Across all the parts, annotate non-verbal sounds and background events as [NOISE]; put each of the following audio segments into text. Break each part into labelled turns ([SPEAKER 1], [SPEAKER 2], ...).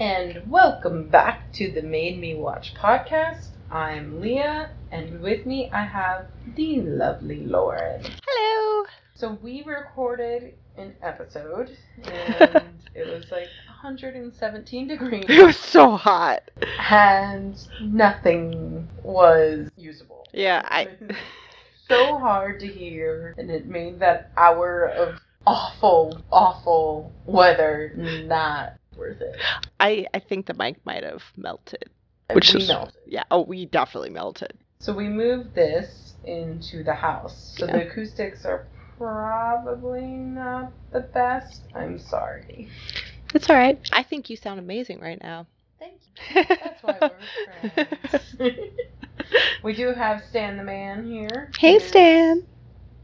[SPEAKER 1] And welcome back to the Made Me Watch podcast. I'm Leah, and with me I have the lovely Lauren.
[SPEAKER 2] Hello.
[SPEAKER 1] So we recorded an episode,
[SPEAKER 2] [LAUGHS]
[SPEAKER 1] and it was like 117
[SPEAKER 2] It
[SPEAKER 1] degrees,
[SPEAKER 2] was so hot.
[SPEAKER 1] and nothing was usable.
[SPEAKER 2] Yeah, I.
[SPEAKER 1] so hard to hear, and it made that hour of awful, awful weather not worth it.
[SPEAKER 2] [LAUGHS] I, I think the mic might have melted. Which
[SPEAKER 1] We
[SPEAKER 2] is-
[SPEAKER 1] melted.
[SPEAKER 2] Yeah. Oh, we definitely melted.
[SPEAKER 1] So we moved this into the house. So
[SPEAKER 2] Yeah.
[SPEAKER 1] the acoustics are probably not the best. I'm sorry.
[SPEAKER 2] It's all right. I think you sound amazing right now.
[SPEAKER 1] Thank you.
[SPEAKER 2] [LAUGHS]
[SPEAKER 1] That's why we're friends. [LAUGHS] we do have Stan the man here.
[SPEAKER 2] hey,
[SPEAKER 1] who's
[SPEAKER 2] Stan.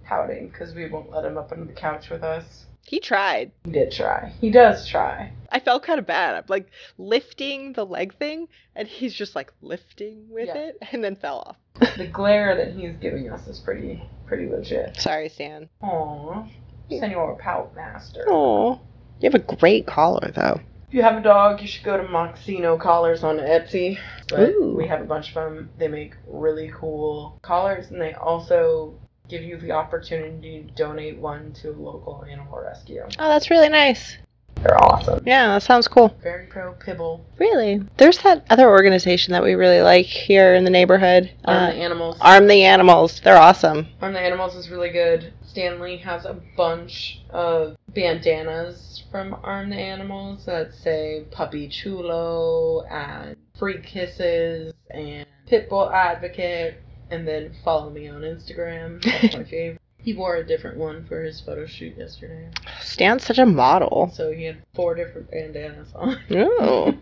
[SPEAKER 1] Pouting because we won't let him up on the couch with us.
[SPEAKER 2] He tried.
[SPEAKER 1] He did try. He does
[SPEAKER 2] [LAUGHS]
[SPEAKER 1] try.
[SPEAKER 2] I felt kind of bad. I'm like lifting the leg thing, and he's just like lifting with
[SPEAKER 1] Yeah.
[SPEAKER 2] it, and then fell off.
[SPEAKER 1] The glare that he's giving us is pretty, pretty legit.
[SPEAKER 2] Sorry, Stan.
[SPEAKER 1] Aww. Senor Pout Master.
[SPEAKER 2] Oh, you have a great collar though.
[SPEAKER 1] If you have a dog, you should go to Moxino Collars on Etsy. But
[SPEAKER 2] Ooh.
[SPEAKER 1] we have a bunch of them. They make really cool collars, and they also give you the opportunity to donate one to a local animal rescue.
[SPEAKER 2] Oh, that's really nice.
[SPEAKER 1] They're awesome.
[SPEAKER 2] Yeah, that sounds cool.
[SPEAKER 1] Very pro Pibble.
[SPEAKER 2] Really? There's that other organization that we really like here in the neighborhood.
[SPEAKER 1] Arm
[SPEAKER 2] Uh,
[SPEAKER 1] the Animals.
[SPEAKER 2] Arm the Animals. They're awesome.
[SPEAKER 1] Arm the Animals is really good. Stanley has a bunch of bandanas from Arm the Animals that say Puppy Chulo and Free Kisses and Pitbull Advocate and then follow me on Instagram. [LAUGHS] That's my favorite. He wore a different one for his photo shoot yesterday.
[SPEAKER 2] Stan's such a model.
[SPEAKER 1] So he had four different bandanas on.
[SPEAKER 2] [LAUGHS] Ooh.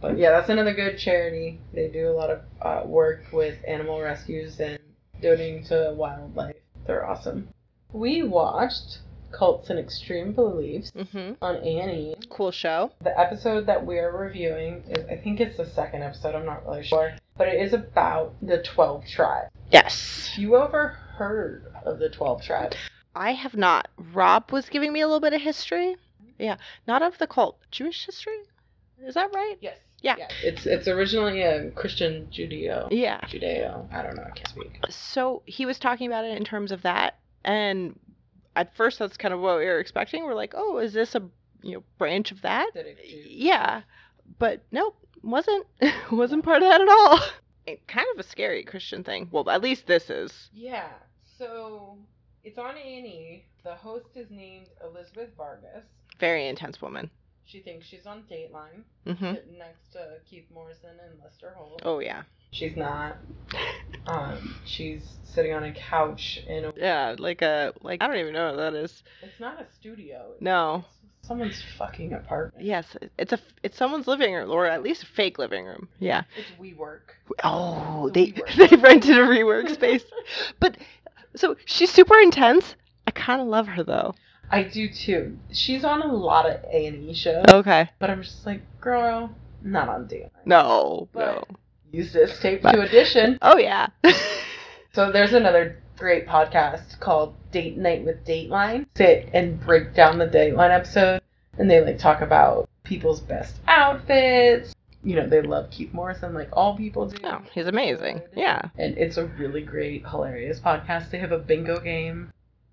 [SPEAKER 1] But yeah, that's another good charity. They do a lot of uh, work with animal rescues and donating to wildlife. They're awesome. We watched Cults and Extreme Beliefs
[SPEAKER 2] hmm
[SPEAKER 1] on Annie.
[SPEAKER 2] Cool show.
[SPEAKER 1] The episode that we are reviewing is, I think it's the second episode, I'm not really sure. But it is about the 12 tribes.
[SPEAKER 2] Yes.
[SPEAKER 1] You ever heard of the 12 tribes?
[SPEAKER 2] I have not. Rob was giving me a little bit of history. Yeah. Not of the cult. Jewish history? Is that right?
[SPEAKER 1] Yes.
[SPEAKER 2] Yeah.
[SPEAKER 1] It's, it's originally a Christian Judeo.
[SPEAKER 2] Yeah.
[SPEAKER 1] Judeo. I don't know, I can't speak.
[SPEAKER 2] So he was talking about it in terms of that. And at first, that's kind of what we were expecting. We're like, oh, is this a you know branch of that?
[SPEAKER 1] Did it do-
[SPEAKER 2] Yeah. But nope. Wasn't [LAUGHS] wasn't part of that at all. It, kind of a scary Christian thing. Well, at least this is.
[SPEAKER 1] Yeah. So it's on Annie. The host is named Elizabeth Vargas.
[SPEAKER 2] Very intense woman.
[SPEAKER 1] She thinks she's on Dateline,
[SPEAKER 2] hmm
[SPEAKER 1] sitting next to Keith Morrison and Lester Holt.
[SPEAKER 2] Oh yeah.
[SPEAKER 1] She's not. Um, she's sitting on a couch in a.
[SPEAKER 2] Yeah, like a like I don't even know what that is.
[SPEAKER 1] It's not a studio. It's
[SPEAKER 2] No.
[SPEAKER 1] someone's fucking apartment.
[SPEAKER 2] Yes, it's a it's someone's living room or at least a fake living room. Yeah.
[SPEAKER 1] It's WeWork.
[SPEAKER 2] Oh,
[SPEAKER 1] It's a
[SPEAKER 2] they
[SPEAKER 1] WeWork.
[SPEAKER 2] [LAUGHS] they rented a rework space. but so she's super intense. I kind of love her though.
[SPEAKER 1] I do too. She's on a lot of A and E shows,
[SPEAKER 2] Okay.
[SPEAKER 1] but I'm just like, girl, not on Dateline.
[SPEAKER 2] Oh. No.
[SPEAKER 1] But-
[SPEAKER 2] no.
[SPEAKER 1] Use this tape
[SPEAKER 2] But-
[SPEAKER 1] to audition.
[SPEAKER 2] Oh yeah. [LAUGHS]
[SPEAKER 1] So there's another great podcast called Date Night with Dateline. Sit and break down the Dateline episode, and they like talk about people's best outfits. You know, they love Keith Morrison, like all people do.
[SPEAKER 2] oh, he's amazing.
[SPEAKER 1] Good.
[SPEAKER 2] Yeah.
[SPEAKER 1] And it's a really great, hilarious podcast. They have a bingo game.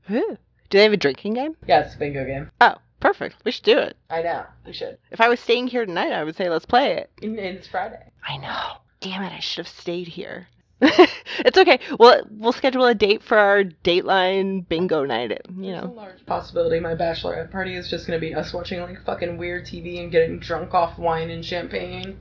[SPEAKER 2] Ooh. Do they have a drinking game?
[SPEAKER 1] Yeah, it's a bingo game.
[SPEAKER 2] Oh, perfect. We should do it.
[SPEAKER 1] I know. We should.
[SPEAKER 2] If I was staying here tonight, I would say let's play it.
[SPEAKER 1] And, and it's Friday.
[SPEAKER 2] I know. Damn it, I should have stayed here. [LAUGHS] it's okay. We'll we'll schedule a date for our Dateline bingo night. At, you
[SPEAKER 1] There's a
[SPEAKER 2] know.
[SPEAKER 1] large possibility my bachelorette party is just gonna be us watching like fucking weird TV and getting drunk off wine and champagne.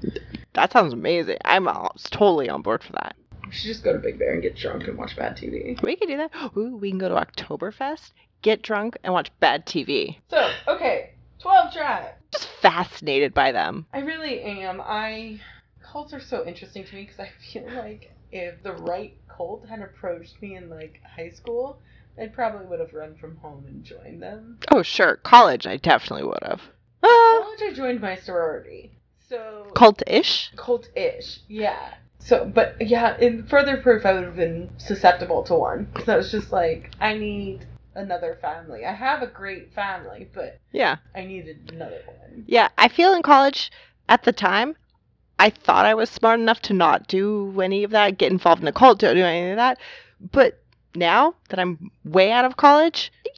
[SPEAKER 2] That sounds amazing. I'm all, totally on board for that.
[SPEAKER 1] We should just go to Big Bear and get drunk and watch bad TV.
[SPEAKER 2] We can do that. Ooh, we can go to Oktoberfest, get drunk, and watch bad TV.
[SPEAKER 1] So, okay, 12 Drive.
[SPEAKER 2] Just fascinated by them.
[SPEAKER 1] I really am. I cults are so interesting to me because I feel [LAUGHS] like if the right cult had approached me in like high school, I probably would have run from home and joined them.
[SPEAKER 2] Oh sure, college I definitely would have. Uh,
[SPEAKER 1] College, I joined my sorority. So
[SPEAKER 2] cult-ish.
[SPEAKER 1] cult-ish, yeah. So, but yeah, in further proof, I would have been susceptible to one. So it's just like I need another family. I have a great family, but
[SPEAKER 2] Yeah.
[SPEAKER 1] I needed another one.
[SPEAKER 2] Yeah, I feel in college at the time, I thought I was smart enough to not do any of that, get involved in a cult, don't do any of that. But now that I'm way out of college, yeah,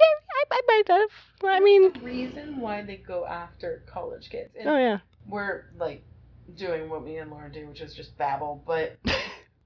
[SPEAKER 2] I, I might have. I mean,
[SPEAKER 1] the reason why they go after college kids. And
[SPEAKER 2] oh yeah,
[SPEAKER 1] We're like doing what me and Lauren do, which is just babble,
[SPEAKER 2] [LAUGHS]
[SPEAKER 1] but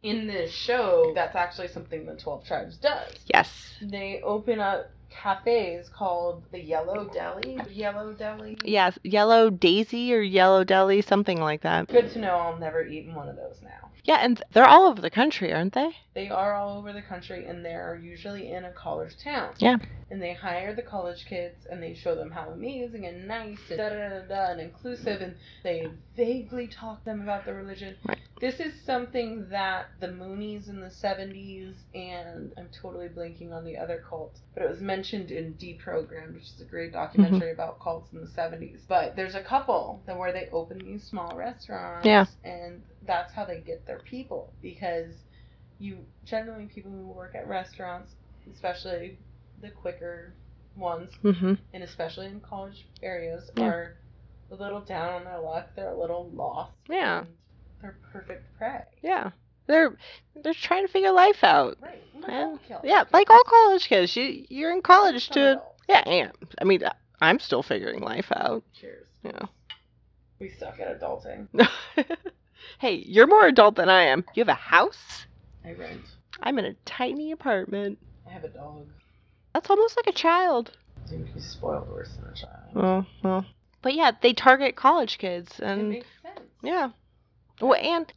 [SPEAKER 1] in this show, that's actually something the 12 Tribes does.
[SPEAKER 2] yes,
[SPEAKER 1] They open up cafes called the Yellow Deli. Yellow Deli.
[SPEAKER 2] yes. Yellow Daisy or Yellow Deli, something like that.
[SPEAKER 1] Good to know I'll never eat in one of those now.
[SPEAKER 2] Yeah, and they're all over the country, aren't they?
[SPEAKER 1] They are all over the country and they're usually in a college town.
[SPEAKER 2] Yeah.
[SPEAKER 1] And they hire the college kids and they show them how amazing and nice and da da da da and inclusive and they vaguely talk to them about their religion.
[SPEAKER 2] Right.
[SPEAKER 1] This is something that the Moonies in the 70s and I'm totally blanking on the other cult, but it was mentioned in Deprogrammed, which is a great documentary
[SPEAKER 2] Mm-hmm.
[SPEAKER 1] about cults in the 70s. But there's a couple that where they open these small restaurants
[SPEAKER 2] Yeah.
[SPEAKER 1] and that's how they get their people because you generally people who work at restaurants, especially the quicker ones,
[SPEAKER 2] Mm-hmm.
[SPEAKER 1] and especially in college areas,
[SPEAKER 2] Yeah.
[SPEAKER 1] are a little down on their luck. They're a little lost.
[SPEAKER 2] Yeah.
[SPEAKER 1] and They're perfect prey.
[SPEAKER 2] Yeah, they're they're trying to figure life out.
[SPEAKER 1] Right.
[SPEAKER 2] Yeah. Yeah, like all college kids, you you're in college
[SPEAKER 1] Oh.
[SPEAKER 2] to yeah. yeah. I mean, I'm still figuring life out.
[SPEAKER 1] Cheers.
[SPEAKER 2] Yeah.
[SPEAKER 1] We suck at adulting.
[SPEAKER 2] [LAUGHS] hey, you're more adult than I am. You have a house.
[SPEAKER 1] I rent.
[SPEAKER 2] I'm in a tiny apartment.
[SPEAKER 1] I have a dog.
[SPEAKER 2] That's almost like a child.
[SPEAKER 1] I think he's spoiled worse than a child.
[SPEAKER 2] Well, well. But yeah, they target college kids,
[SPEAKER 1] it
[SPEAKER 2] and
[SPEAKER 1] makes sense.
[SPEAKER 2] yeah. Well, and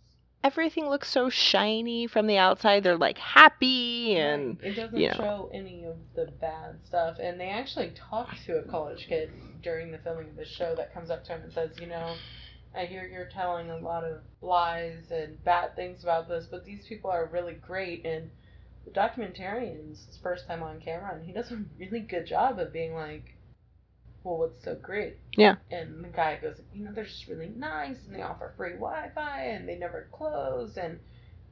[SPEAKER 2] everything looks so shiny from the outside. They're like happy, and
[SPEAKER 1] Right. it doesn't
[SPEAKER 2] you know.
[SPEAKER 1] show any of the bad stuff and they actually talk to a college kid during the filming of the show that comes up to him and says you know i hear you're telling a lot of lies and bad things about this but these people are really great and the documentarian's his first time on camera and he does a really good job of being like well what's so great
[SPEAKER 2] Yeah.
[SPEAKER 1] and the guy goes you know they're just really nice and they offer free wi-fi and they never close and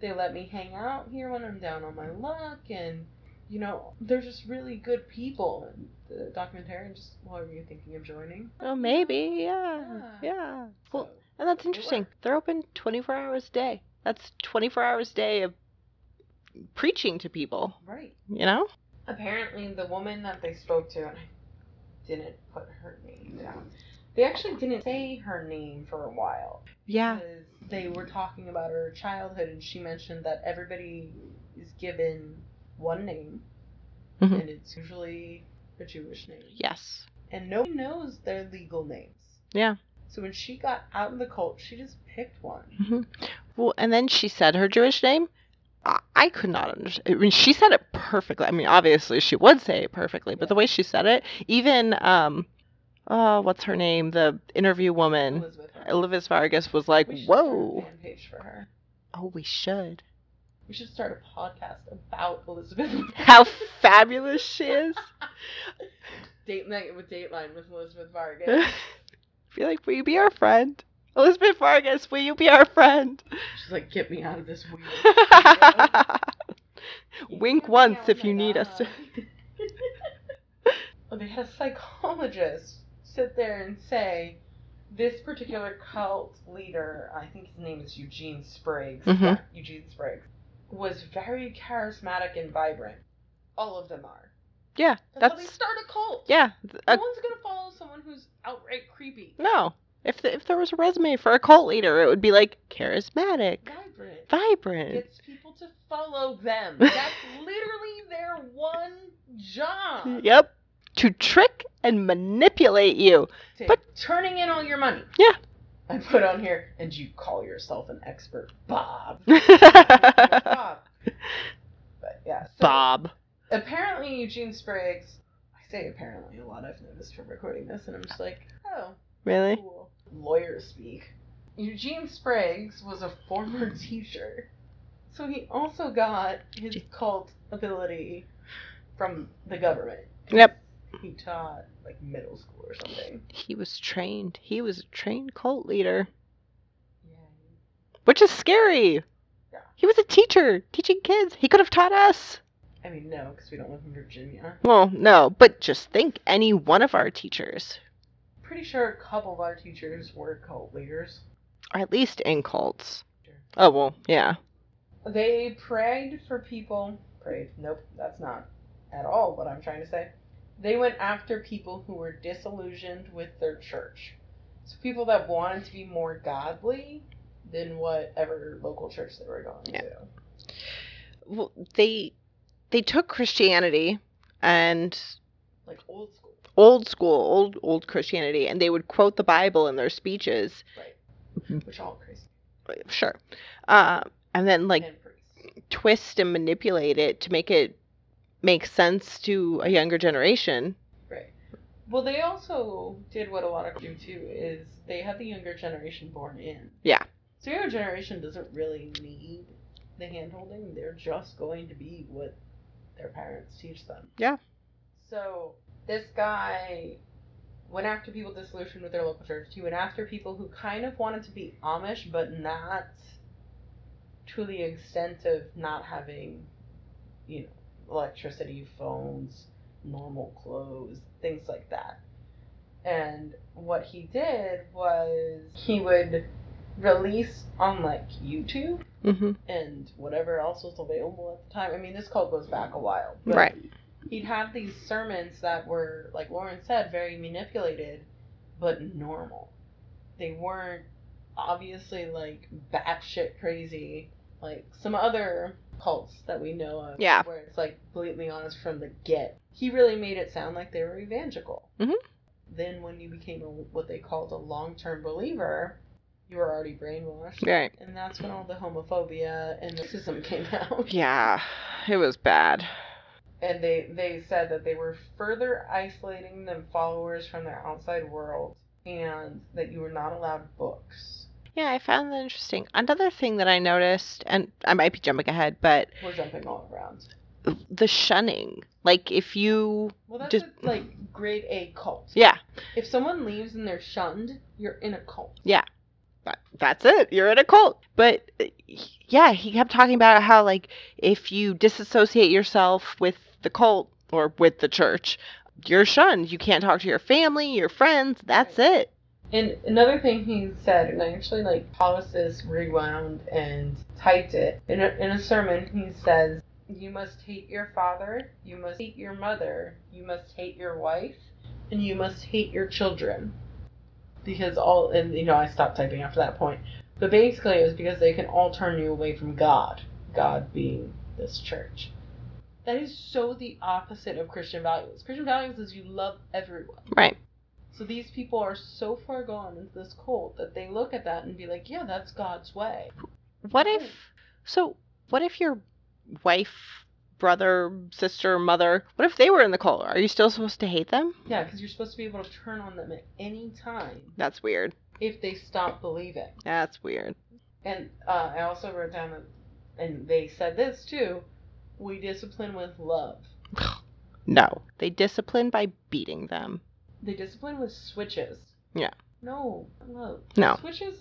[SPEAKER 1] they let me hang out here when I'm down on my luck, and you know, they're just really good people. And the documentarian just, well, were you thinking of joining?
[SPEAKER 2] oh, maybe, yeah,
[SPEAKER 1] Yeah.
[SPEAKER 2] yeah. Well,
[SPEAKER 1] So,
[SPEAKER 2] And that's
[SPEAKER 1] They
[SPEAKER 2] interesting.
[SPEAKER 1] were.
[SPEAKER 2] They're open 24 hours a day. That's 24 hours a day of preaching to people,
[SPEAKER 1] right.
[SPEAKER 2] you know?
[SPEAKER 1] Apparently, the woman that they spoke to, and I didn't put her name down. They actually didn't say her name for a while.
[SPEAKER 2] Yeah.
[SPEAKER 1] because they were talking about her childhood and she mentioned that everybody is given one name
[SPEAKER 2] Mhm.
[SPEAKER 1] and it's usually a jewish name
[SPEAKER 2] Yes.
[SPEAKER 1] and nobody knows their legal names
[SPEAKER 2] Yeah.
[SPEAKER 1] so when she got out of the cult she just picked one
[SPEAKER 2] Well, and then she said her Jewish name. I, I could not understand. I mean, she said it perfectly. I mean, obviously she would say it perfectly, but the way she said it, even um, oh, what's her name? The interview woman,
[SPEAKER 1] elizabeth Hurley.
[SPEAKER 2] Elizabeth Vargas, was like,
[SPEAKER 1] We should start a
[SPEAKER 2] "Whoa!
[SPEAKER 1] fan page for her
[SPEAKER 2] Oh, we should.
[SPEAKER 1] we should start a podcast about elizabeth
[SPEAKER 2] How fabulous she is!"
[SPEAKER 1] [LAUGHS]
[SPEAKER 2] [LAUGHS]
[SPEAKER 1] date night with dateline with elizabeth
[SPEAKER 2] [LAUGHS]
[SPEAKER 1] vargas
[SPEAKER 2] I feel like, will you be our friend? Elizabeth Vargas, will you be our friend? [LAUGHS]
[SPEAKER 1] she's like get me out of this weird
[SPEAKER 2] Wink
[SPEAKER 1] Yeah,
[SPEAKER 2] once
[SPEAKER 1] oh
[SPEAKER 2] if
[SPEAKER 1] my
[SPEAKER 2] you need us to.
[SPEAKER 1] God. [LAUGHS] Well, they had a psychologist sit there and say, this particular cult leader, I think his name is Eugene Spriggs,
[SPEAKER 2] Mhm.
[SPEAKER 1] yeah, Eugene Spriggs, was very charismatic and vibrant. All of them are.
[SPEAKER 2] Yeah,
[SPEAKER 1] That's, how they
[SPEAKER 2] That's-
[SPEAKER 1] start a cult.
[SPEAKER 2] yeah. th- uh,
[SPEAKER 1] no one's gonna follow someone who's outright creepy.
[SPEAKER 2] no. If, the, if there was a resume for a cult leader, it would be like charismatic,
[SPEAKER 1] Vibrant.
[SPEAKER 2] vibrant.
[SPEAKER 1] Gets people to follow
[SPEAKER 2] [LAUGHS]
[SPEAKER 1] them. That's literally their one job.
[SPEAKER 2] [LAUGHS] Yep. To trick and manipulate you. [LAUGHS]
[SPEAKER 1] to
[SPEAKER 2] But-
[SPEAKER 1] turning in all your money.
[SPEAKER 2] Yeah.
[SPEAKER 1] I put on here, and you call yourself an expert,
[SPEAKER 2] [LAUGHS]
[SPEAKER 1] Bob. Bob. But yeah. so
[SPEAKER 2] Bob.
[SPEAKER 1] Apparently, Eugene Spriggs. I say apparently a lot. I've noticed from recording this, and I'm just like, oh,
[SPEAKER 2] Really?
[SPEAKER 1] cool. Lawyer speak. Eugene Spriggs was a former [LAUGHS] teacher, so he also got his cult ability from the government.
[SPEAKER 2] Yep.
[SPEAKER 1] He taught like middle school or something.
[SPEAKER 2] He was trained. He was a trained cult leader,
[SPEAKER 1] Yeah.
[SPEAKER 2] which is scary.
[SPEAKER 1] Yeah.
[SPEAKER 2] He was a teacher teaching kids. He could have taught us.
[SPEAKER 1] I mean, no, because we don't live in Virginia.
[SPEAKER 2] Well, no, but just think any one of our teachers.
[SPEAKER 1] Pretty sure a couple of our teachers were cult leaders.
[SPEAKER 2] or at least in cults.
[SPEAKER 1] Sure.
[SPEAKER 2] Oh well, yeah.
[SPEAKER 1] They prayed for people. Prayed? Nope, that's not at all what I'm trying to say. They went after people who were disillusioned with their church. So people that wanted to be more godly than whatever local church they were going
[SPEAKER 2] Yeah.
[SPEAKER 1] to.
[SPEAKER 2] Well, they they took Christianity and
[SPEAKER 1] Like old school.
[SPEAKER 2] old school, old old Christianity, and they would quote the Bible in their speeches. Mm-hmm.
[SPEAKER 1] Which all Christians
[SPEAKER 2] Sure, uh, and then like
[SPEAKER 1] and priests.
[SPEAKER 2] twist and manipulate it to make it make sense to a younger generation.
[SPEAKER 1] Right. Well, they also did what a lot of do too is they had the younger generation born in.
[SPEAKER 2] Yeah.
[SPEAKER 1] So your generation doesn't really need the hand holding. They're just going to be what their parents teach them.
[SPEAKER 2] Yeah.
[SPEAKER 1] So this guy went after people disillusioned with their local church. He went after people who kind of wanted to be Amish, but not to the extent of not having, you know, electricity, phones, normal clothes, things like that. And what he did was he would release on like YouTube
[SPEAKER 2] Mm-hmm.
[SPEAKER 1] and whatever else was available at the time. I mean, this cult goes back a while.
[SPEAKER 2] Right.
[SPEAKER 1] He'd have these sermons that were, like Lauren said, very manipulated, but normal. They weren't obviously like batshit crazy, like some other cults that we know of.
[SPEAKER 2] Yeah.
[SPEAKER 1] Where it's like blatantly honest from the get. He really made it sound like they were evangelical.
[SPEAKER 2] Mhm.
[SPEAKER 1] Then when you became a, what they called a long-term believer, you were already brainwashed.
[SPEAKER 2] Right.
[SPEAKER 1] And that's when all the homophobia and racism came [LAUGHS] out.
[SPEAKER 2] Yeah, it was bad.
[SPEAKER 1] And they, they said that they were further isolating the followers from their outside world and that you were not allowed books.
[SPEAKER 2] Yeah, I found that interesting. Another thing that I noticed, and I might be jumping ahead, but
[SPEAKER 1] We're jumping all around.
[SPEAKER 2] the shunning. Like, if you,
[SPEAKER 1] Well, that's
[SPEAKER 2] Just-
[SPEAKER 1] a, like grade A cult.
[SPEAKER 2] yeah,
[SPEAKER 1] If someone leaves and they're shunned, you're in a cult.
[SPEAKER 2] that, that's it. You're in a cult. But uh, he- yeah, he kept talking about how, like, if you disassociate yourself with the cult or with the church, you're shunned. You can't talk to your family, your friends. That's it.
[SPEAKER 1] And another thing he said, and I actually like paused this, rewound, and typed it. In a, in a sermon, he says, You must hate your father, you must hate your mother, you must hate your wife, and you must hate your children. Because all, and you know, I stopped typing after that point. But basically, it was because they can all turn you away from God, God being this church. That is so the opposite of Christian values. Christian values is you love everyone.
[SPEAKER 2] Right.
[SPEAKER 1] So these people are so far gone into this cult that they look at that and be like, yeah, that's God's way.
[SPEAKER 2] What if, so, what if your wife, brother, sister, mother, what if they were in the cult? Are you still supposed to hate them?
[SPEAKER 1] Yeah, because you're supposed to be able to turn on them at any time
[SPEAKER 2] That's weird.
[SPEAKER 1] if they stop believing.
[SPEAKER 2] That's weird.
[SPEAKER 1] And uh, I also wrote down that, and they said this too we discipline with love,
[SPEAKER 2] No. They discipline by beating them.
[SPEAKER 1] they discipline with switches.
[SPEAKER 2] Yeah.
[SPEAKER 1] No, not love.
[SPEAKER 2] No.
[SPEAKER 1] Switches,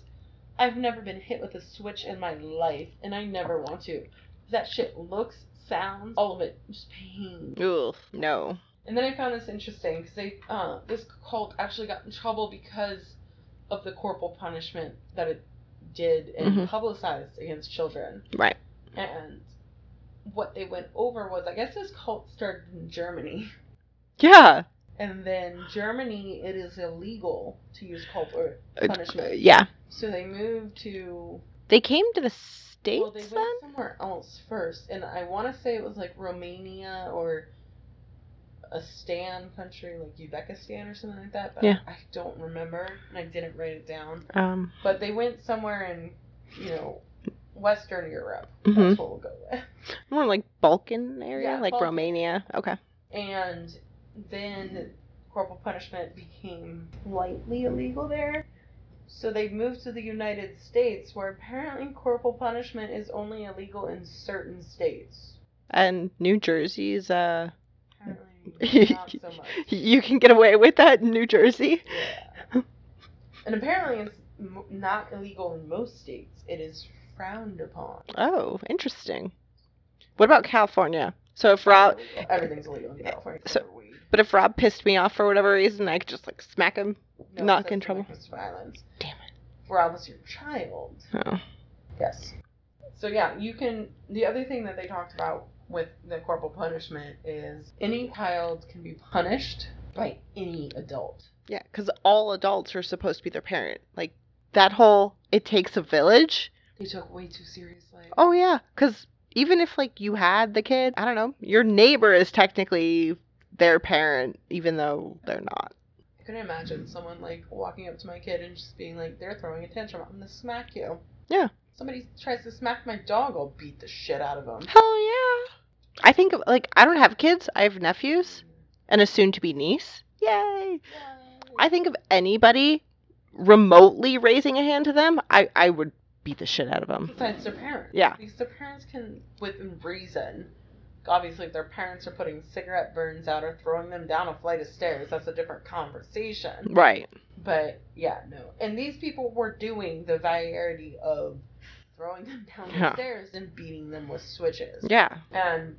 [SPEAKER 1] I've never been hit with a switch in my life, and I never want to. That shit looks, sounds, all of it, just pain.
[SPEAKER 2] Ugh, no.
[SPEAKER 1] And then I found this interesting because they uh, this cult actually got in trouble because of the corporal punishment that it did and
[SPEAKER 2] Mhm.
[SPEAKER 1] publicized against children.
[SPEAKER 2] Right.
[SPEAKER 1] And what they went over was, I guess this cult started in Germany, [LAUGHS]
[SPEAKER 2] Yeah.
[SPEAKER 1] and then Germany it is illegal to use cult or
[SPEAKER 2] Uh,
[SPEAKER 1] punishment.
[SPEAKER 2] Yeah.
[SPEAKER 1] So they moved to
[SPEAKER 2] They came to the States
[SPEAKER 1] well, they
[SPEAKER 2] then?
[SPEAKER 1] went somewhere else first, and I want to say it was like Romania or a Stan country, like Uzbekistan or something like that. But
[SPEAKER 2] Yeah.
[SPEAKER 1] I don't remember, and I didn't write it down.
[SPEAKER 2] Um,
[SPEAKER 1] But they went somewhere in, you know, Western Europe.
[SPEAKER 2] Mhm.
[SPEAKER 1] That's what we'll go with.
[SPEAKER 2] more like Balkan area,
[SPEAKER 1] Yeah,
[SPEAKER 2] like
[SPEAKER 1] Balkan.
[SPEAKER 2] Romania. Okay.
[SPEAKER 1] And then corporal punishment became lightly illegal there. So they moved to the United States, where apparently corporal punishment is only illegal in certain states.
[SPEAKER 2] And New Jersey's, uh, [LAUGHS]
[SPEAKER 1] Apparently, not so [LAUGHS] much.
[SPEAKER 2] you can get away with that in New Jersey?
[SPEAKER 1] Yeah. [LAUGHS] And apparently, it's m- not illegal in most states. It is frowned upon.
[SPEAKER 2] Oh, interesting. What about California? So if Rob,
[SPEAKER 1] Um, Everything's illegal in California. except for weed.
[SPEAKER 2] but if Rob pissed me off for whatever reason, I could just like smack him.
[SPEAKER 1] No,
[SPEAKER 2] not
[SPEAKER 1] that's
[SPEAKER 2] in trouble.
[SPEAKER 1] domestic Violence.
[SPEAKER 2] Damn
[SPEAKER 1] it. robs your child.
[SPEAKER 2] Oh.
[SPEAKER 1] Yes. So yeah, you can. The other thing that they talked about with the corporal punishment is any child can be punished by any adult.
[SPEAKER 2] Yeah, because all adults are supposed to be their parent. Like that whole it takes a village.
[SPEAKER 1] They took way too seriously.
[SPEAKER 2] Oh yeah, because even if like you had the kid, I don't know, your neighbor is technically their parent, even though they're not.
[SPEAKER 1] I couldn't imagine someone like walking up to my kid and just being like, "They're throwing a tantrum. I'm gonna smack you."
[SPEAKER 2] Yeah.
[SPEAKER 1] Somebody tries to smack my dog, I'll beat the shit out of him.
[SPEAKER 2] Hell yeah! I think of- like I don't have kids. I have nephews and a soon-to-be niece. Yay! I think of anybody remotely raising a hand to them, I, I would beat the shit out of them.
[SPEAKER 1] Besides their parents.
[SPEAKER 2] Yeah.
[SPEAKER 1] Because their parents can, within reason, obviously, if their parents are putting cigarette burns out or throwing them down a flight of stairs, that's a different conversation.
[SPEAKER 2] Right.
[SPEAKER 1] But yeah, no. And these people were doing the variety of throwing them down
[SPEAKER 2] Yeah.
[SPEAKER 1] the stairs and beating them with switches.
[SPEAKER 2] Yeah.
[SPEAKER 1] And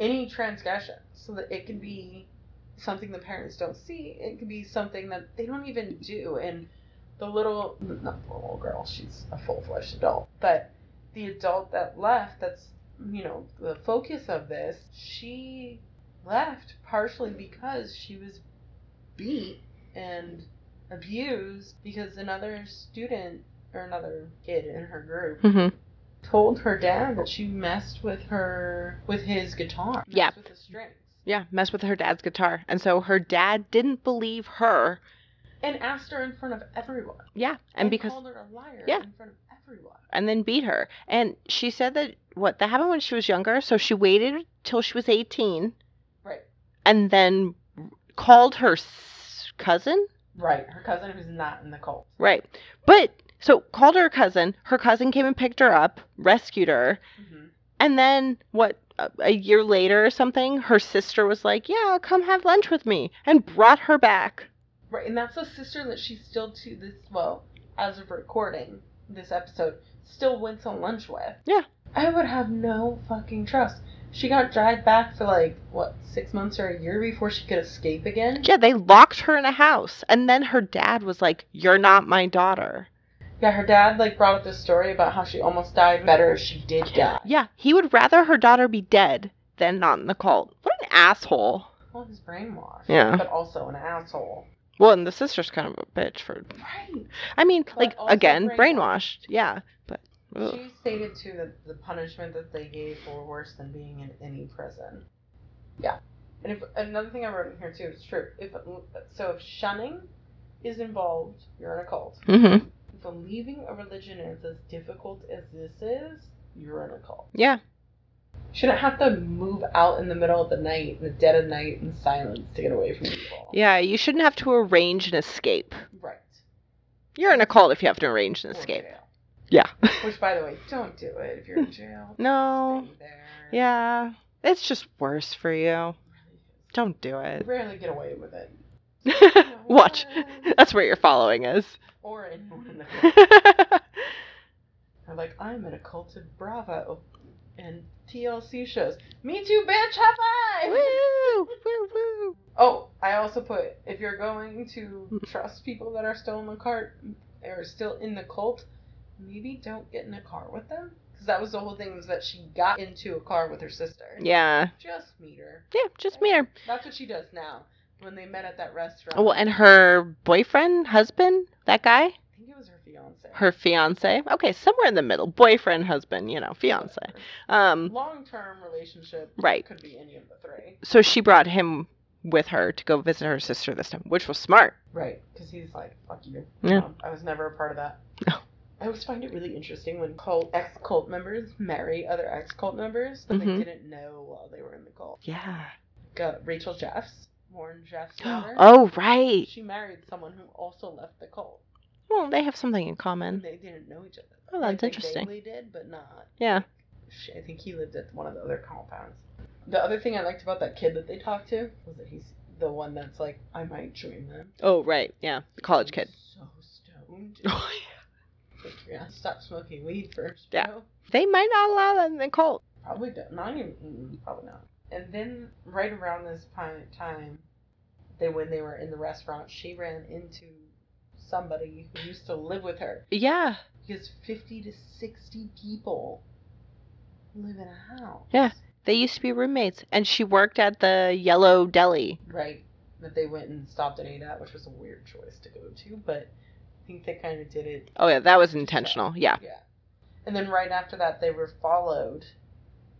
[SPEAKER 1] any transgression, so that it can be something the parents don't see, it can be something that they don't even do. And the little, not the little girl, she's a full fledged adult, but the adult that left, that's, you know, the focus of this, she left partially because she was beat and abused because another student or another kid in her group
[SPEAKER 2] Mm-hmm.
[SPEAKER 1] told her dad that she messed with her with his guitar. messed
[SPEAKER 2] Yeah.
[SPEAKER 1] With the strings.
[SPEAKER 2] Yeah. Mess with her dad's guitar. And so her dad didn't believe her.
[SPEAKER 1] And asked her in front of everyone.
[SPEAKER 2] Yeah. And because,
[SPEAKER 1] called her a liar
[SPEAKER 2] Yeah.
[SPEAKER 1] in front of everyone.
[SPEAKER 2] and then beat her. And she said that, what, that happened when she was younger. So she waited till she was 18
[SPEAKER 1] Right.
[SPEAKER 2] and then called her s- cousin.
[SPEAKER 1] Right. Her cousin who's not in the cult.
[SPEAKER 2] Right. But so called her cousin. Her cousin came and picked her up, rescued her.
[SPEAKER 1] Mm-hmm.
[SPEAKER 2] And then what a- a year later or something, her sister was like, "Yeah, come have lunch with me," and brought her back.
[SPEAKER 1] Right. And that's the sister that she's still to this well, as of recording this episode, still went to lunch with.
[SPEAKER 2] Yeah.
[SPEAKER 1] I would have no fucking trust. She got dragged back for like what six months or a year before she could escape again.
[SPEAKER 2] Yeah, they locked her in a house, and then her dad was like, "You're not my daughter."
[SPEAKER 1] Yeah, her dad like brought up this story about how she almost died better if she did die.
[SPEAKER 2] Yeah, he would rather her daughter be dead than not in the cult. What an asshole.
[SPEAKER 1] Well, he's brainwashed.
[SPEAKER 2] Yeah.
[SPEAKER 1] But also an asshole.
[SPEAKER 2] Well, and the sister's kind of a bitch for.
[SPEAKER 1] Right.
[SPEAKER 2] I mean, like
[SPEAKER 1] also
[SPEAKER 2] again,
[SPEAKER 1] brainwashed.
[SPEAKER 2] brainwashed. Yeah, but. ugh.
[SPEAKER 1] She stated too that the punishment that they gave were worse than being in any prison. Yeah. And if another thing I wrote in here too, it's true. If so, if shunning is involved, you're in a cult.
[SPEAKER 2] Mhm.
[SPEAKER 1] If leaving a religion is as difficult as this is, you're in a cult.
[SPEAKER 2] Yeah.
[SPEAKER 1] Shouldn't have to move out in the middle of the night, in the dead of night, in silence to get away from people.
[SPEAKER 2] Yeah, you shouldn't have to arrange an escape.
[SPEAKER 1] Right.
[SPEAKER 2] You're in a cult if you have to arrange an
[SPEAKER 1] Or
[SPEAKER 2] escape.
[SPEAKER 1] jail.
[SPEAKER 2] Yeah.
[SPEAKER 1] Which, by the way, don't do it if you're in jail.
[SPEAKER 2] [LAUGHS] no.
[SPEAKER 1] Stay there.
[SPEAKER 2] Yeah, it's just worse for you. Don't do
[SPEAKER 1] You
[SPEAKER 2] it.
[SPEAKER 1] rarely get away with it.
[SPEAKER 2] [LAUGHS] Watch. That's where your following is.
[SPEAKER 1] [LAUGHS] Or anyone in the [LAUGHS] cult.
[SPEAKER 2] [LAUGHS] yeah,
[SPEAKER 1] They're like, I'm an occulted Bravo and TLC shows. Me too, bitch, high five! [LAUGHS]
[SPEAKER 2] Woo! Woo, woo.
[SPEAKER 1] Oh, I also put if you're going
[SPEAKER 2] [LAUGHS]
[SPEAKER 1] to trust people that are still in the cart or still in the cult, maybe don't get in a car with them. Because that was the whole thing was that she got into a car with her sister.
[SPEAKER 2] Yeah,
[SPEAKER 1] Just meet her.
[SPEAKER 2] yeah, just me. Or...
[SPEAKER 1] That's what she does now. When they met at that restaurant,
[SPEAKER 2] Well, and her boyfriend, husband, that guy,
[SPEAKER 1] I think it was her fiance.
[SPEAKER 2] her fiance. Okay, somewhere in the middle. Boyfriend, husband, you know, fiance. Um,
[SPEAKER 1] Long term relationship
[SPEAKER 2] right.
[SPEAKER 1] could be any of the three.
[SPEAKER 2] So she brought him with her to go visit her sister this time, which was smart.
[SPEAKER 1] Right, because he's like, fuck you.
[SPEAKER 2] Yeah.
[SPEAKER 1] Um, I was never a part of that.
[SPEAKER 2] No.
[SPEAKER 1] I always find it really interesting when cult ex cult members marry other ex cult members that
[SPEAKER 2] Mhm.
[SPEAKER 1] they didn't know while they were in the cult.
[SPEAKER 2] Yeah.
[SPEAKER 1] Like, uh, Rachel Jeffs, Warren Jeffs' daughter.
[SPEAKER 2] [GASPS] Oh right.
[SPEAKER 1] She married someone who also left the cult.
[SPEAKER 2] Well, they have something in
[SPEAKER 1] And
[SPEAKER 2] common.
[SPEAKER 1] they didn't know each other.
[SPEAKER 2] Oh,
[SPEAKER 1] I
[SPEAKER 2] that's
[SPEAKER 1] think
[SPEAKER 2] interesting.
[SPEAKER 1] They did, but not.
[SPEAKER 2] Yeah.
[SPEAKER 1] Sh- I think he lived at one of the other compounds. The other thing I liked about that kid that they talked to was that he's the one that's like, I might join them.
[SPEAKER 2] Oh right. Yeah. The college kid. [LAUGHS]
[SPEAKER 1] So stoned. Like, you're gonna stop smoking weed first.
[SPEAKER 2] Yeah.
[SPEAKER 1] bro.
[SPEAKER 2] They might not allow that in the cult.
[SPEAKER 1] Probably don't. Not even. mm, Probably not. And then right around this pi- time, they when they were in the restaurant, she ran into somebody who used to live with her
[SPEAKER 2] Yeah.
[SPEAKER 1] because 50 to 60 people live in a house.
[SPEAKER 2] Yeah. They used to be roommates, and she worked at the Yellow Deli.
[SPEAKER 1] Right. That they went and stopped and ate at, which was a weird choice to go to, but I think they kind of did it.
[SPEAKER 2] Oh yeah, that was intentional. Yeah.
[SPEAKER 1] Yeah. And then right after that, they were followed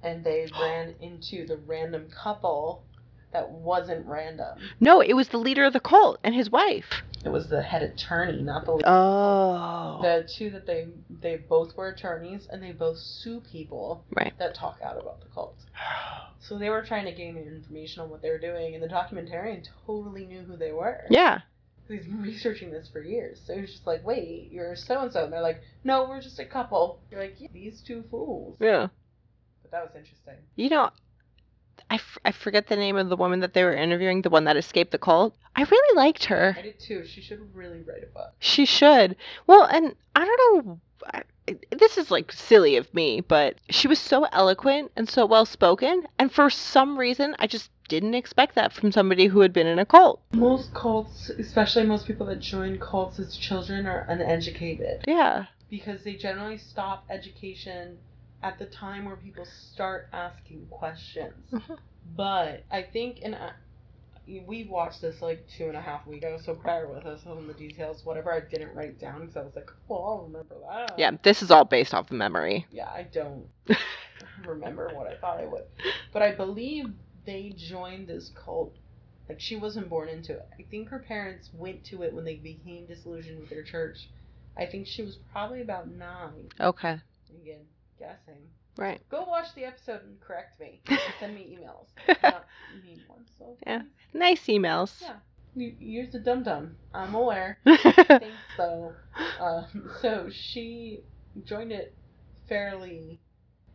[SPEAKER 1] and they ran into the random couple that wasn't random.
[SPEAKER 2] No, it was the leader of the cult and his wife.
[SPEAKER 1] It was the head attorney, not the
[SPEAKER 2] Oh.
[SPEAKER 1] the two that they they both were attorneys and they both sue people
[SPEAKER 2] Right.
[SPEAKER 1] that talk out about the cult. So they were trying to gain information on what they were doing, and the documentarian totally knew who they were.
[SPEAKER 2] yeah.
[SPEAKER 1] He's been researching this for years. So he's just like, wait, you're so and so. And they're like, no, we're just a couple. You're like, yeah, these two fools.
[SPEAKER 2] Yeah.
[SPEAKER 1] But that was interesting.
[SPEAKER 2] You know, I, f- I forget the name of the woman that they were interviewing, the one that escaped the cult. I really liked her.
[SPEAKER 1] I did too. She should really write a book.
[SPEAKER 2] She should. Well, and I don't know. I, this is like silly of me, but she was so eloquent and so well spoken. And for some reason, I just didn't expect that from somebody who had been in a cult.
[SPEAKER 1] Most cults, especially most people that join cults as children, are uneducated.
[SPEAKER 2] Yeah.
[SPEAKER 1] because they generally stop education at the time where people start asking questions.
[SPEAKER 2] Mhm.
[SPEAKER 1] But I think, and I, we watched this like two and a half weeks ago, so bear with us on the details. Whatever I didn't write down because I was like, oh, I'll remember that.
[SPEAKER 2] Yeah. This is all based off of memory.
[SPEAKER 1] Yeah, I don't remember what I thought I would. But I believe they joined this cult. Like, she wasn't born into it. I think her parents went to it when they became disillusioned with their church. I think she was probably about nine.
[SPEAKER 2] Okay.
[SPEAKER 1] Again, guessing.
[SPEAKER 2] Right.
[SPEAKER 1] Go watch the episode and correct me. Send me emails. I don't need one, so.
[SPEAKER 2] Yeah. Nice emails. [LAUGHS]
[SPEAKER 1] Yeah. You, you're the dum dum. I'm aware. I think so. Um, so she joined it fairly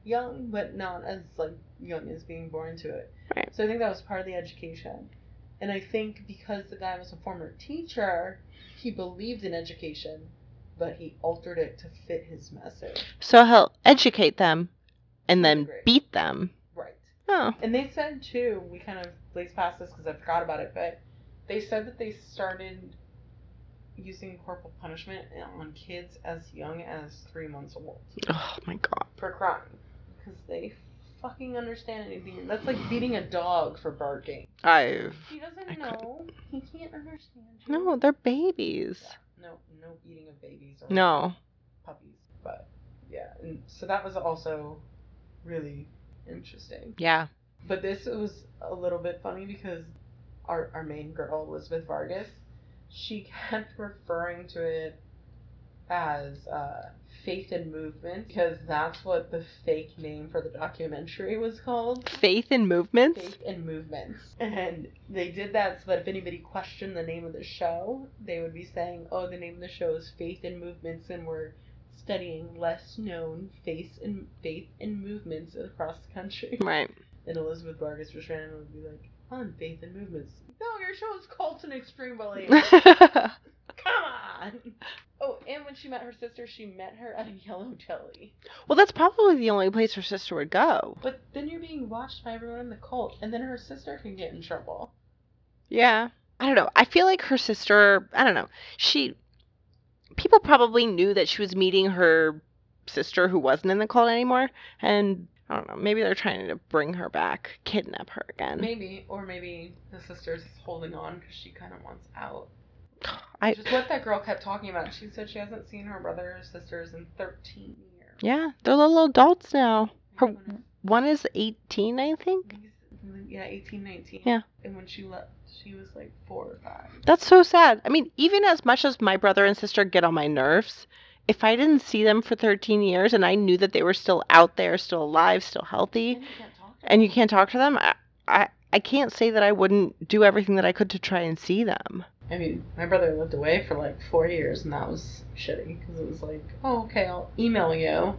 [SPEAKER 1] young, but not as like young as being born to it.
[SPEAKER 2] Right.
[SPEAKER 1] So I think that was part of the education. And I think because the guy was a former teacher, he believed in education, but he altered it to fit his message.
[SPEAKER 2] so he'll educate them and then
[SPEAKER 1] Great.
[SPEAKER 2] beat them.
[SPEAKER 1] Right.
[SPEAKER 2] Oh.
[SPEAKER 1] And they said too, we kind of blazed past this because I forgot about it, but they said that they started using corporal punishment on kids as young as three months old
[SPEAKER 2] Oh my god.
[SPEAKER 1] for crime because they fucking understand anything. That's like beating a dog for barking.
[SPEAKER 2] I've
[SPEAKER 1] He
[SPEAKER 2] I
[SPEAKER 1] doesn't
[SPEAKER 2] couldn't-
[SPEAKER 1] know. He can't understand. you.
[SPEAKER 2] No, they're babies.
[SPEAKER 1] Yeah. No, no eating of babies or
[SPEAKER 2] No.
[SPEAKER 1] puppies. But yeah, and so that was also really interesting.
[SPEAKER 2] Yeah.
[SPEAKER 1] But this was a little bit funny because our, our main girl, Elizabeth Vargas, she kept referring to it as uh, Faith and Movement because that's what the fake name for the documentary was called.
[SPEAKER 2] Faith in movements.
[SPEAKER 1] Faith and Movements. And they did that so that if anybody questioned the name of the show, they would be saying, oh, the name of the show is Faith and Movements, and we're studying less known faith and, faith and movements across the country.
[SPEAKER 2] [LAUGHS] Right.
[SPEAKER 1] And Elizabeth Vargas just randomly would be like, on faith and movements. No, your show is cult and extreme
[SPEAKER 2] [LAUGHS]
[SPEAKER 1] belief. Come on. Oh, and when she met her sister, she met her at a yellow deli.
[SPEAKER 2] well, that's probably the only place her sister would go.
[SPEAKER 1] But then you're being watched by everyone in the cult, and then her sister can get in trouble.
[SPEAKER 2] Yeah. I don't know. I feel like her sister, I don't know. She people probably knew that she was meeting her sister who wasn't in the cult anymore and I don't know. Maybe they're trying to bring her back, kidnap her again.
[SPEAKER 1] Maybe, or maybe the sister's holding on because she kind of wants out.
[SPEAKER 2] [SIGHS] I
[SPEAKER 1] Which is what that girl kept talking about. She said she hasn't seen her brother or sisters in 13 years.
[SPEAKER 2] Yeah, they're little adults now.
[SPEAKER 1] I
[SPEAKER 2] Her-
[SPEAKER 1] wonder-
[SPEAKER 2] One is 18, I think.
[SPEAKER 1] Yeah, 18, 19.
[SPEAKER 2] Yeah.
[SPEAKER 1] And when she left, she was like four or five.
[SPEAKER 2] That's so sad. I mean, even as much as my brother and sister get on my nerves, if I didn't see them for 13 years and I knew that they were still out there, still alive, still healthy,
[SPEAKER 1] And you can't talk to
[SPEAKER 2] and you can't talk to them, I, I, I can't say that I wouldn't do everything that I could to try and see them.
[SPEAKER 1] them. I mean, my brother lived away for like four years, and that was shitty because it was like, oh, okay, I'll email you.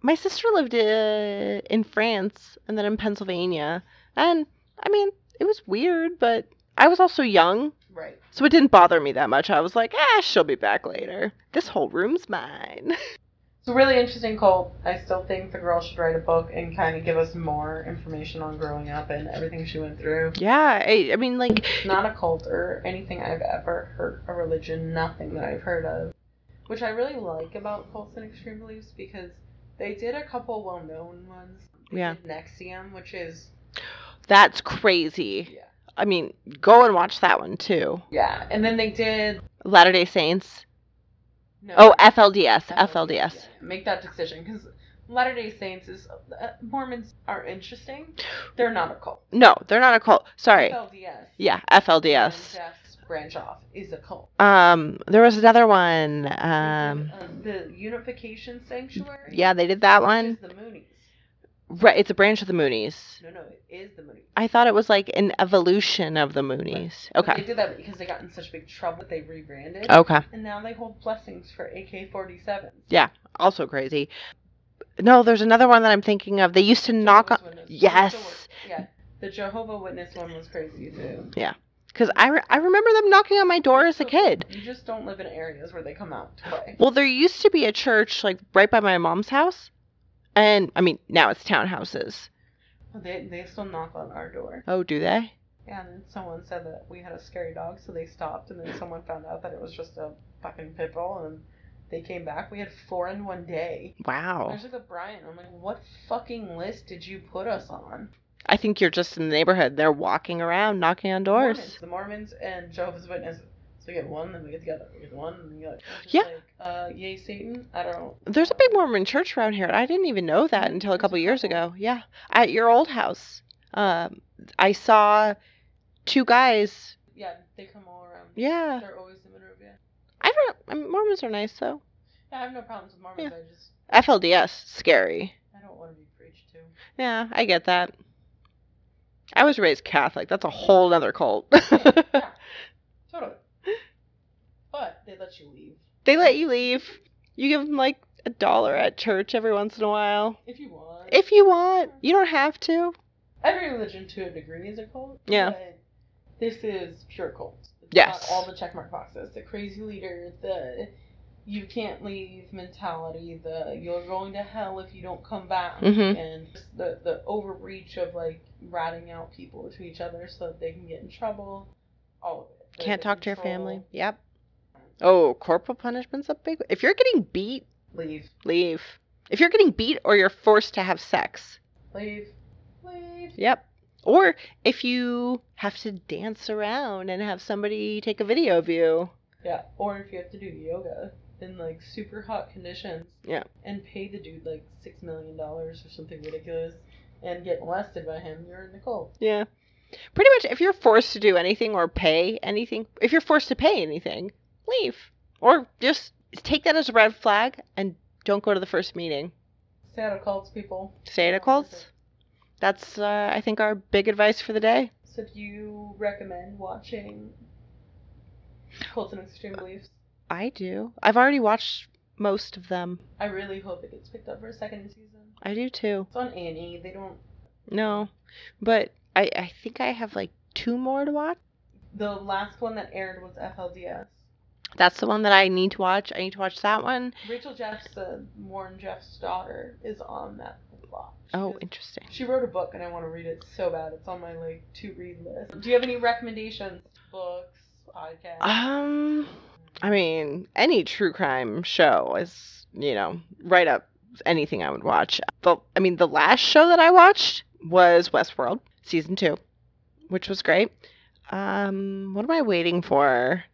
[SPEAKER 2] My sister lived uh, in France and then in Pennsylvania. And I mean, it was weird, but I was also young.
[SPEAKER 1] Right.
[SPEAKER 2] So it didn't bother me that much. I was like, ah, she'll be back later. This whole room's mine. [LAUGHS]
[SPEAKER 1] It's a really interesting cult. I still think the girl should write a book and kind of give us more information on growing up and everything she went through.
[SPEAKER 2] Yeah, I, I mean, like,
[SPEAKER 1] It's not a cult or anything I've ever heard, a religion, nothing that I've heard of. Which I really like about cults and extreme beliefs because they did a couple well known ones. They
[SPEAKER 2] Yeah.
[SPEAKER 1] did Nexium, which is,
[SPEAKER 2] that's crazy.
[SPEAKER 1] Yeah.
[SPEAKER 2] I mean, go and watch that one too.
[SPEAKER 1] yeah. And then they did.
[SPEAKER 2] Latter day Saints.
[SPEAKER 1] No,
[SPEAKER 2] Oh, FLDS.
[SPEAKER 1] yeah,
[SPEAKER 2] FLDS.
[SPEAKER 1] Make that decision because Latter day Saints is. Uh, Mormons are interesting. They're not a cult.
[SPEAKER 2] No, they're not a cult. Sorry.
[SPEAKER 1] FLDS.
[SPEAKER 2] Yeah, FLDS.
[SPEAKER 1] Jeff's branch off is a cult.
[SPEAKER 2] Um, there was another one.
[SPEAKER 1] Um,
[SPEAKER 2] Um,
[SPEAKER 1] the Unification Sanctuary.
[SPEAKER 2] yeah, they did that
[SPEAKER 1] which
[SPEAKER 2] one.
[SPEAKER 1] Is the Moonies.
[SPEAKER 2] Right, it's a branch of the Moonies.
[SPEAKER 1] No, no, it is the Moonies.
[SPEAKER 2] I thought it was like an evolution of the Moonies.
[SPEAKER 1] But
[SPEAKER 2] Okay. Oh.
[SPEAKER 1] They did that because they got in such big trouble that they rebranded.
[SPEAKER 2] Okay.
[SPEAKER 1] And now they hold blessings for AK-47.
[SPEAKER 2] Also crazy. No, there's another one that I'm thinking of. They used to knock on.
[SPEAKER 1] Jehovah's Witness-
[SPEAKER 2] Yes.
[SPEAKER 1] Yeah. The Jehovah Witness one was crazy too.
[SPEAKER 2] Because I, re- I remember them knocking on my door as a kid.
[SPEAKER 1] You just don't live in areas where they come out to play.
[SPEAKER 2] Well, there used to be a church like right by my mom's house. And I mean, now it's townhouses.
[SPEAKER 1] They, they still knock on our door.
[SPEAKER 2] Oh, do they?
[SPEAKER 1] Yeah, and then someone said that we had a scary dog, so they stopped, and then someone found out that it was just a fucking pit bull, and they came back. We had four in one day. I
[SPEAKER 2] Wow.
[SPEAKER 1] was like, "Oh, Brian, I'm like, what fucking list did you put us on?
[SPEAKER 2] I think you're just in the neighborhood. They're walking around knocking on
[SPEAKER 1] Mormons,
[SPEAKER 2] doors.
[SPEAKER 1] the Mormons and Jehovah's Witnesses. So we get one, then we get the other. We get one, then we get. it's just
[SPEAKER 2] Yeah.
[SPEAKER 1] Like, uh, yay Satan. I don't. know.
[SPEAKER 2] There's a big Mormon church around here. and I didn't even know that until a
[SPEAKER 1] There's a
[SPEAKER 2] couple years
[SPEAKER 1] couple.
[SPEAKER 2] ago. Yeah. At your old house. Um, I saw two guys.
[SPEAKER 1] Yeah, they come all around.
[SPEAKER 2] Yeah.
[SPEAKER 1] They're always in Monrovia.
[SPEAKER 2] I don't I mean, Mormons are nice though.
[SPEAKER 1] Yeah, I have no problems with Mormons. I just
[SPEAKER 2] FLDS, scary.
[SPEAKER 1] I don't want to be preached to.
[SPEAKER 2] Yeah, I get that. I was raised Catholic. That's a whole nother cult.
[SPEAKER 1] Yeah, totally. But they let you leave
[SPEAKER 2] They let you leave. You give them like a dollar at church every once in a while.
[SPEAKER 1] if you want.
[SPEAKER 2] If you want, you don't have to.
[SPEAKER 1] every religion to a degree is a cult.
[SPEAKER 2] Yeah.
[SPEAKER 1] but this is pure cult. It's
[SPEAKER 2] Yes.
[SPEAKER 1] got all the checkmark boxes. The crazy leader. The you can't leave mentality. The you're going to hell if you don't come back.
[SPEAKER 2] Mhm.
[SPEAKER 1] And just the the overreach of like ratting out people to each other so that they can get in trouble. All of it. The-
[SPEAKER 2] Can't
[SPEAKER 1] the
[SPEAKER 2] talk to your
[SPEAKER 1] control.
[SPEAKER 2] family. Yep. Oh, corporal punishment's a big. If you're getting beat,
[SPEAKER 1] Leave.
[SPEAKER 2] leave. If you're getting beat or you're forced to have sex,
[SPEAKER 1] Leave. Leave.
[SPEAKER 2] yep. Or if you have to dance around and have somebody take a video of you.
[SPEAKER 1] Yeah, or if you have to do yoga in like super hot conditions.
[SPEAKER 2] Yeah.
[SPEAKER 1] And pay the dude like six million dollars or something ridiculous, and get molested by him, you're in the cult.
[SPEAKER 2] Yeah. Pretty much, if you're forced to do anything or pay anything, if you're forced to pay anything, leave. Or just take that as a red flag and don't go to the first meeting.
[SPEAKER 1] Stay out of cults, people.
[SPEAKER 2] Stay at a cult. That's, uh, I think, our big advice for the day.
[SPEAKER 1] So do you recommend watching Cults and Extreme Beliefs?
[SPEAKER 2] I do. I've already watched most of them.
[SPEAKER 1] I really hope it gets picked up for a second season.
[SPEAKER 2] I do too.
[SPEAKER 1] It's on Annie. They don't.
[SPEAKER 2] No. But I, I think I have like two more to watch.
[SPEAKER 1] The last one that aired was FLDS.
[SPEAKER 2] That's the one that I need to watch. I need to watch that one.
[SPEAKER 1] Rachel Jeffs, uh, Warren Jeffs' daughter, is on that lot. She
[SPEAKER 2] Oh,
[SPEAKER 1] was
[SPEAKER 2] interesting.
[SPEAKER 1] She wrote a book and I want to read it so bad. It's on my like to read list. Do you have any recommendations? Books, podcasts?
[SPEAKER 2] Um, I mean, any true crime show is, you know, right up anything I would watch. The, I mean, the last show that I watched was Westworld season two, which was great. Um, what am I waiting for?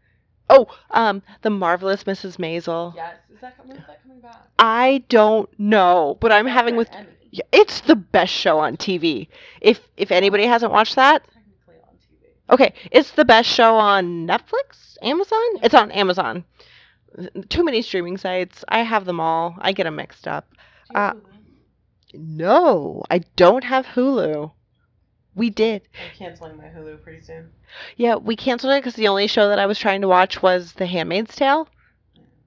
[SPEAKER 2] Oh, um, the marvelous Mrs. Maisel.
[SPEAKER 1] yes. Is that com- when's that coming back?
[SPEAKER 2] I don't know, but I'm having with.
[SPEAKER 1] That's an Emmy.
[SPEAKER 2] Yeah, It's the best show on TV. If if anybody hasn't watched that,
[SPEAKER 1] Technically on TV.
[SPEAKER 2] Okay, it's the best show on Netflix, Amazon. It's on Amazon. Too many streaming sites. I have them all. I get them mixed up.
[SPEAKER 1] Do you have
[SPEAKER 2] Uh,
[SPEAKER 1] Hulu?
[SPEAKER 2] No, I don't have Hulu. We did.
[SPEAKER 1] I'm canceling my Hulu pretty soon.
[SPEAKER 2] Yeah, we canceled it because the only show that I was trying to watch was The Handmaid's Tale,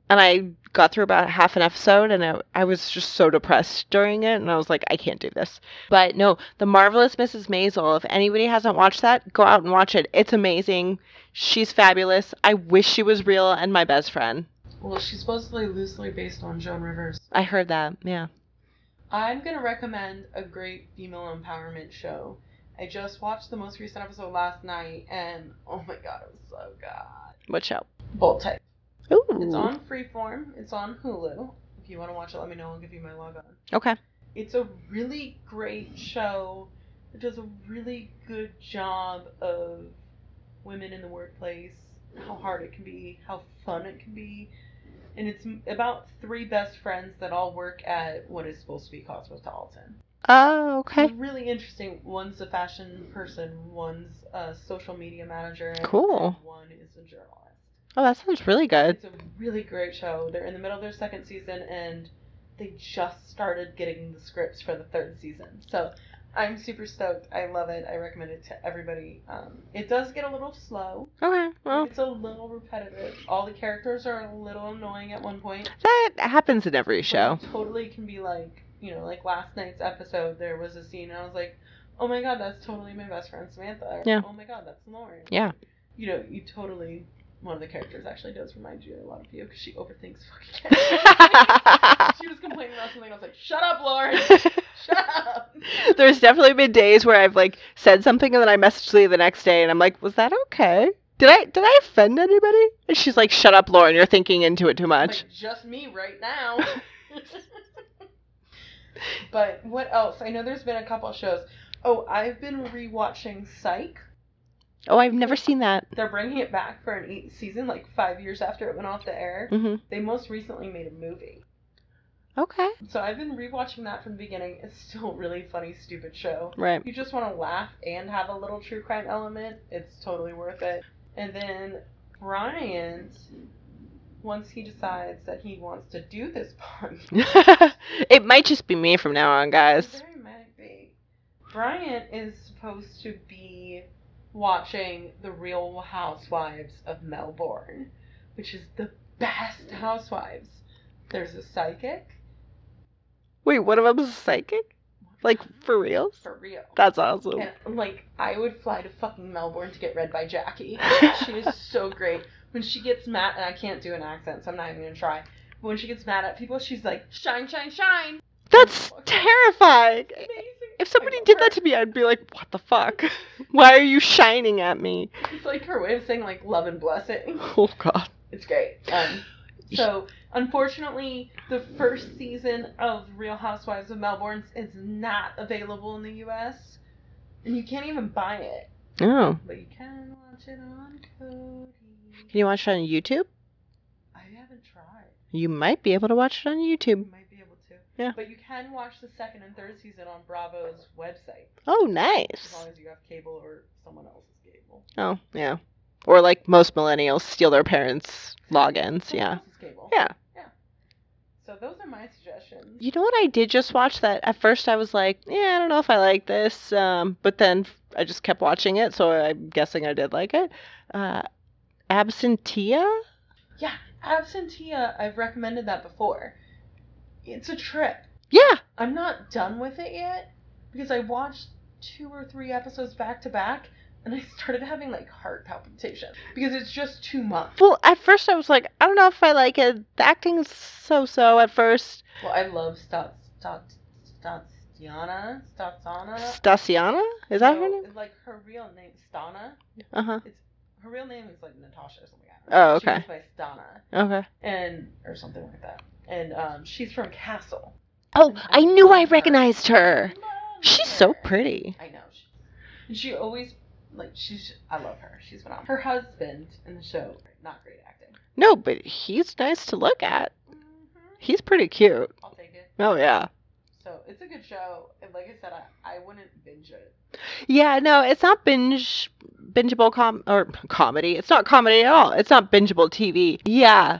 [SPEAKER 2] and I got through about half an episode, and I, I was just so depressed during it, and I was like, I can't do this. But no, The Marvelous Mrs. Maisel. If anybody hasn't watched that, go out and watch it. It's amazing. She's fabulous. I wish she was real and my best friend.
[SPEAKER 1] Well, she's supposedly loosely based on Joan Rivers.
[SPEAKER 2] I heard that. Yeah.
[SPEAKER 1] I'm gonna recommend a great female empowerment show. I just watched the most recent episode last night, and oh my god, it was so good.
[SPEAKER 2] Watch out.
[SPEAKER 1] Bolt Type.
[SPEAKER 2] Ooh.
[SPEAKER 1] It's on Freeform. It's on Hulu. If you want to watch it, let me know. I'll give you my log on.
[SPEAKER 2] Okay.
[SPEAKER 1] It's a really great show. It does a really good job of women in the workplace, how hard it can be, how fun it can be. And it's m- about three best friends that all work at what is supposed to be Cosmopolitan.
[SPEAKER 2] Oh, okay.
[SPEAKER 1] It's really interesting. One's a fashion person, one's a social media manager,
[SPEAKER 2] Cool.
[SPEAKER 1] and one is a journalist.
[SPEAKER 2] Oh, that sounds really good.
[SPEAKER 1] It's a really great show. They're in the middle of their second season and they just started getting the scripts for the third season. So I'm super stoked. I love it. I recommend it to everybody. Um, it does get a little slow.
[SPEAKER 2] Okay. Well,
[SPEAKER 1] It's a little repetitive. All the characters are a little annoying at one point.
[SPEAKER 2] that happens in every
[SPEAKER 1] But [LAUGHS]
[SPEAKER 2] show. [LAUGHS]
[SPEAKER 1] it totally can be like, you know, like last night's episode, there was a scene I was like, oh my god, that's totally my best friend Samantha. Or,
[SPEAKER 2] Yeah.
[SPEAKER 1] Oh my god, that's Lauren.
[SPEAKER 2] Yeah.
[SPEAKER 1] You know, you totally. One of the characters actually does remind you a lot of you because she overthinks fucking
[SPEAKER 2] [LAUGHS]
[SPEAKER 1] she was complaining about something. I was like, "Shut up,
[SPEAKER 2] [LAUGHS]
[SPEAKER 1] Lauren! Shut up!"
[SPEAKER 2] There's definitely been days where I've like said something and then I message Lee the next day and I'm like, was that okay? Did I did I offend anybody? And she's like, shut up, Lauren. You're thinking into it too much.
[SPEAKER 1] Like, just me right
[SPEAKER 2] [LAUGHS]
[SPEAKER 1] now. but what else? I know there's been a couple shows. Oh, I've been rewatching Psych.
[SPEAKER 2] Oh, I've never seen that.
[SPEAKER 1] They're bringing it back for an eighth season, like five years after it went off the air.
[SPEAKER 2] hmm
[SPEAKER 1] They most recently made a movie,
[SPEAKER 2] Okay.
[SPEAKER 1] so I've been rewatching that from the beginning. It's still a really funny, stupid show.
[SPEAKER 2] Right. [LAUGHS]
[SPEAKER 1] If you just want to laugh and have a little true crime element, it's totally worth it. And then Bryant, once he decides that he wants to do this [LAUGHS] pun,
[SPEAKER 2] it might just be me from now on, guys.
[SPEAKER 1] very might be. Bryant is supposed to be watching The Real Housewives of Melbourne, which is the best housewives. There's a psychic.
[SPEAKER 2] Wait, one of them's psychic? Like for reals?
[SPEAKER 1] for real.
[SPEAKER 2] That's awesome.
[SPEAKER 1] And, like, I would fly to fucking Melbourne to get read by
[SPEAKER 2] [LAUGHS]
[SPEAKER 1] Jackie. she is so great. When she gets mad, and I can't do an accent, so I'm not even gonna try. But when she gets mad at people, she's like, shine, shine, shine.
[SPEAKER 2] That's terrifying.
[SPEAKER 1] Amazing.
[SPEAKER 2] If somebody did that to me, I'd be like, what the fuck? [LAUGHS] Why are you shining at me? [LAUGHS]
[SPEAKER 1] it's like her way of saying like love and blessing.
[SPEAKER 2] Oh god.
[SPEAKER 1] It's great.
[SPEAKER 2] [SIGHS]
[SPEAKER 1] Um, so unfortunately, the first season of Real Housewives of Melbourne is not available in the U.S. and you can't even buy it,
[SPEAKER 2] Oh.
[SPEAKER 1] but you can watch it on Cody.
[SPEAKER 2] Can you watch it on YouTube?
[SPEAKER 1] I haven't tried.
[SPEAKER 2] You might be able to watch it on
[SPEAKER 1] You
[SPEAKER 2] YouTube.
[SPEAKER 1] might be able to.
[SPEAKER 2] Yeah.
[SPEAKER 1] But you can watch the second and third season on Bravo's website
[SPEAKER 2] Oh,
[SPEAKER 1] as
[SPEAKER 2] nice.
[SPEAKER 1] long as you have cable or someone else's cable.
[SPEAKER 2] Oh, yeah. Or like most millennials steal their parents'
[SPEAKER 1] Someone
[SPEAKER 2] logins. Yeah.
[SPEAKER 1] else's cable.
[SPEAKER 2] Yeah.
[SPEAKER 1] Yeah. So those are my suggestions.
[SPEAKER 2] You know what I did just watch that at first I was like, yeah, I don't know if I like this, um, but then I just kept watching it, so I'm guessing I did like it. Uh, Absentia?
[SPEAKER 1] Absentia, I've recommended that before. It's a trip.
[SPEAKER 2] Yeah.
[SPEAKER 1] I'm not done with it yet because I watched two or three episodes back to back and I started having like heart palpitations because it's just too much.
[SPEAKER 2] Well, at first I was like, I don't know if I like it. The acting's so-so at first.
[SPEAKER 1] Well, I love Stat Stat Statiana Statsana.
[SPEAKER 2] Stasiana? Is that her
[SPEAKER 1] No,
[SPEAKER 2] name?
[SPEAKER 1] Like her real name Stana.
[SPEAKER 2] Uh-huh.
[SPEAKER 1] Her real name is like Natasha or something. I don't know.
[SPEAKER 2] Oh,
[SPEAKER 1] She goes
[SPEAKER 2] okay.
[SPEAKER 1] by Stana
[SPEAKER 2] Okay.
[SPEAKER 1] and or something like that. And um, she's from Castle.
[SPEAKER 2] Oh, I knew I
[SPEAKER 1] Love her.
[SPEAKER 2] recognized her.
[SPEAKER 1] Love
[SPEAKER 2] She's so
[SPEAKER 1] her.
[SPEAKER 2] pretty.
[SPEAKER 1] I know. She, and she always like she's. I love her. She's phenomenal. Her husband in the show, not great acting.
[SPEAKER 2] No, but he's nice to look at. He's pretty cute.
[SPEAKER 1] I'll take it.
[SPEAKER 2] Oh yeah.
[SPEAKER 1] So it's a good show, and like I said, I, I wouldn't binge it.
[SPEAKER 2] Yeah, no, it's not binge bingeable com or comedy. It's not comedy at all. It's not bingeable TV. Yeah.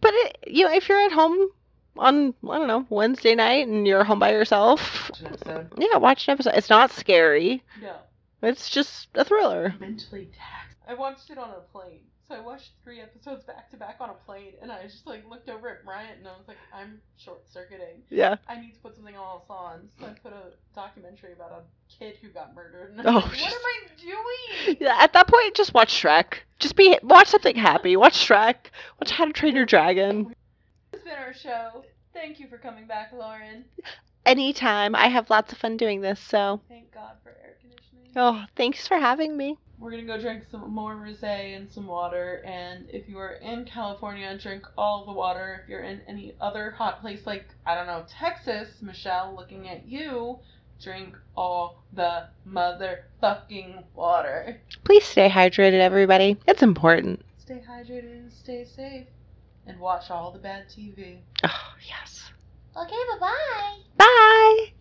[SPEAKER 2] But it, you know, if you're at home on I don't know, Wednesday night and you're home by yourself,
[SPEAKER 1] Watch an episode.
[SPEAKER 2] yeah, watch an episode. It's not scary.
[SPEAKER 1] No,
[SPEAKER 2] It's just a thriller.
[SPEAKER 1] mentally taxed. I watched it on a plane, So I watched three episodes back to back on a plane, and I just like looked over at Bryant, and I was like, I'm short circuiting.
[SPEAKER 2] Yeah.
[SPEAKER 1] I need to put something else on. So I put a documentary about a kid who got murdered. And
[SPEAKER 2] Oh,
[SPEAKER 1] I'm like, what
[SPEAKER 2] she's-
[SPEAKER 1] am I doing?
[SPEAKER 2] Yeah, at that point, just watch Shrek. Just be watch something happy. Watch Shrek. Watch How to Train Your Dragon.
[SPEAKER 1] This has been our show. Thank you for coming back, Lauren.
[SPEAKER 2] Anytime. I have lots of fun doing this. So,
[SPEAKER 1] Thank God for air conditioning.
[SPEAKER 2] oh, thanks for having me.
[SPEAKER 1] We're gonna go drink some more rosé and some water. And if you are in California, drink all the water. If you're in any other hot place like I don't know Texas, Michelle, looking at you, drink all the motherfucking water.
[SPEAKER 2] Please stay hydrated, everybody. It's important.
[SPEAKER 1] Stay hydrated and stay safe, and watch all the bad TV.
[SPEAKER 2] Oh, yes.
[SPEAKER 1] Okay, bye bye.
[SPEAKER 2] Bye.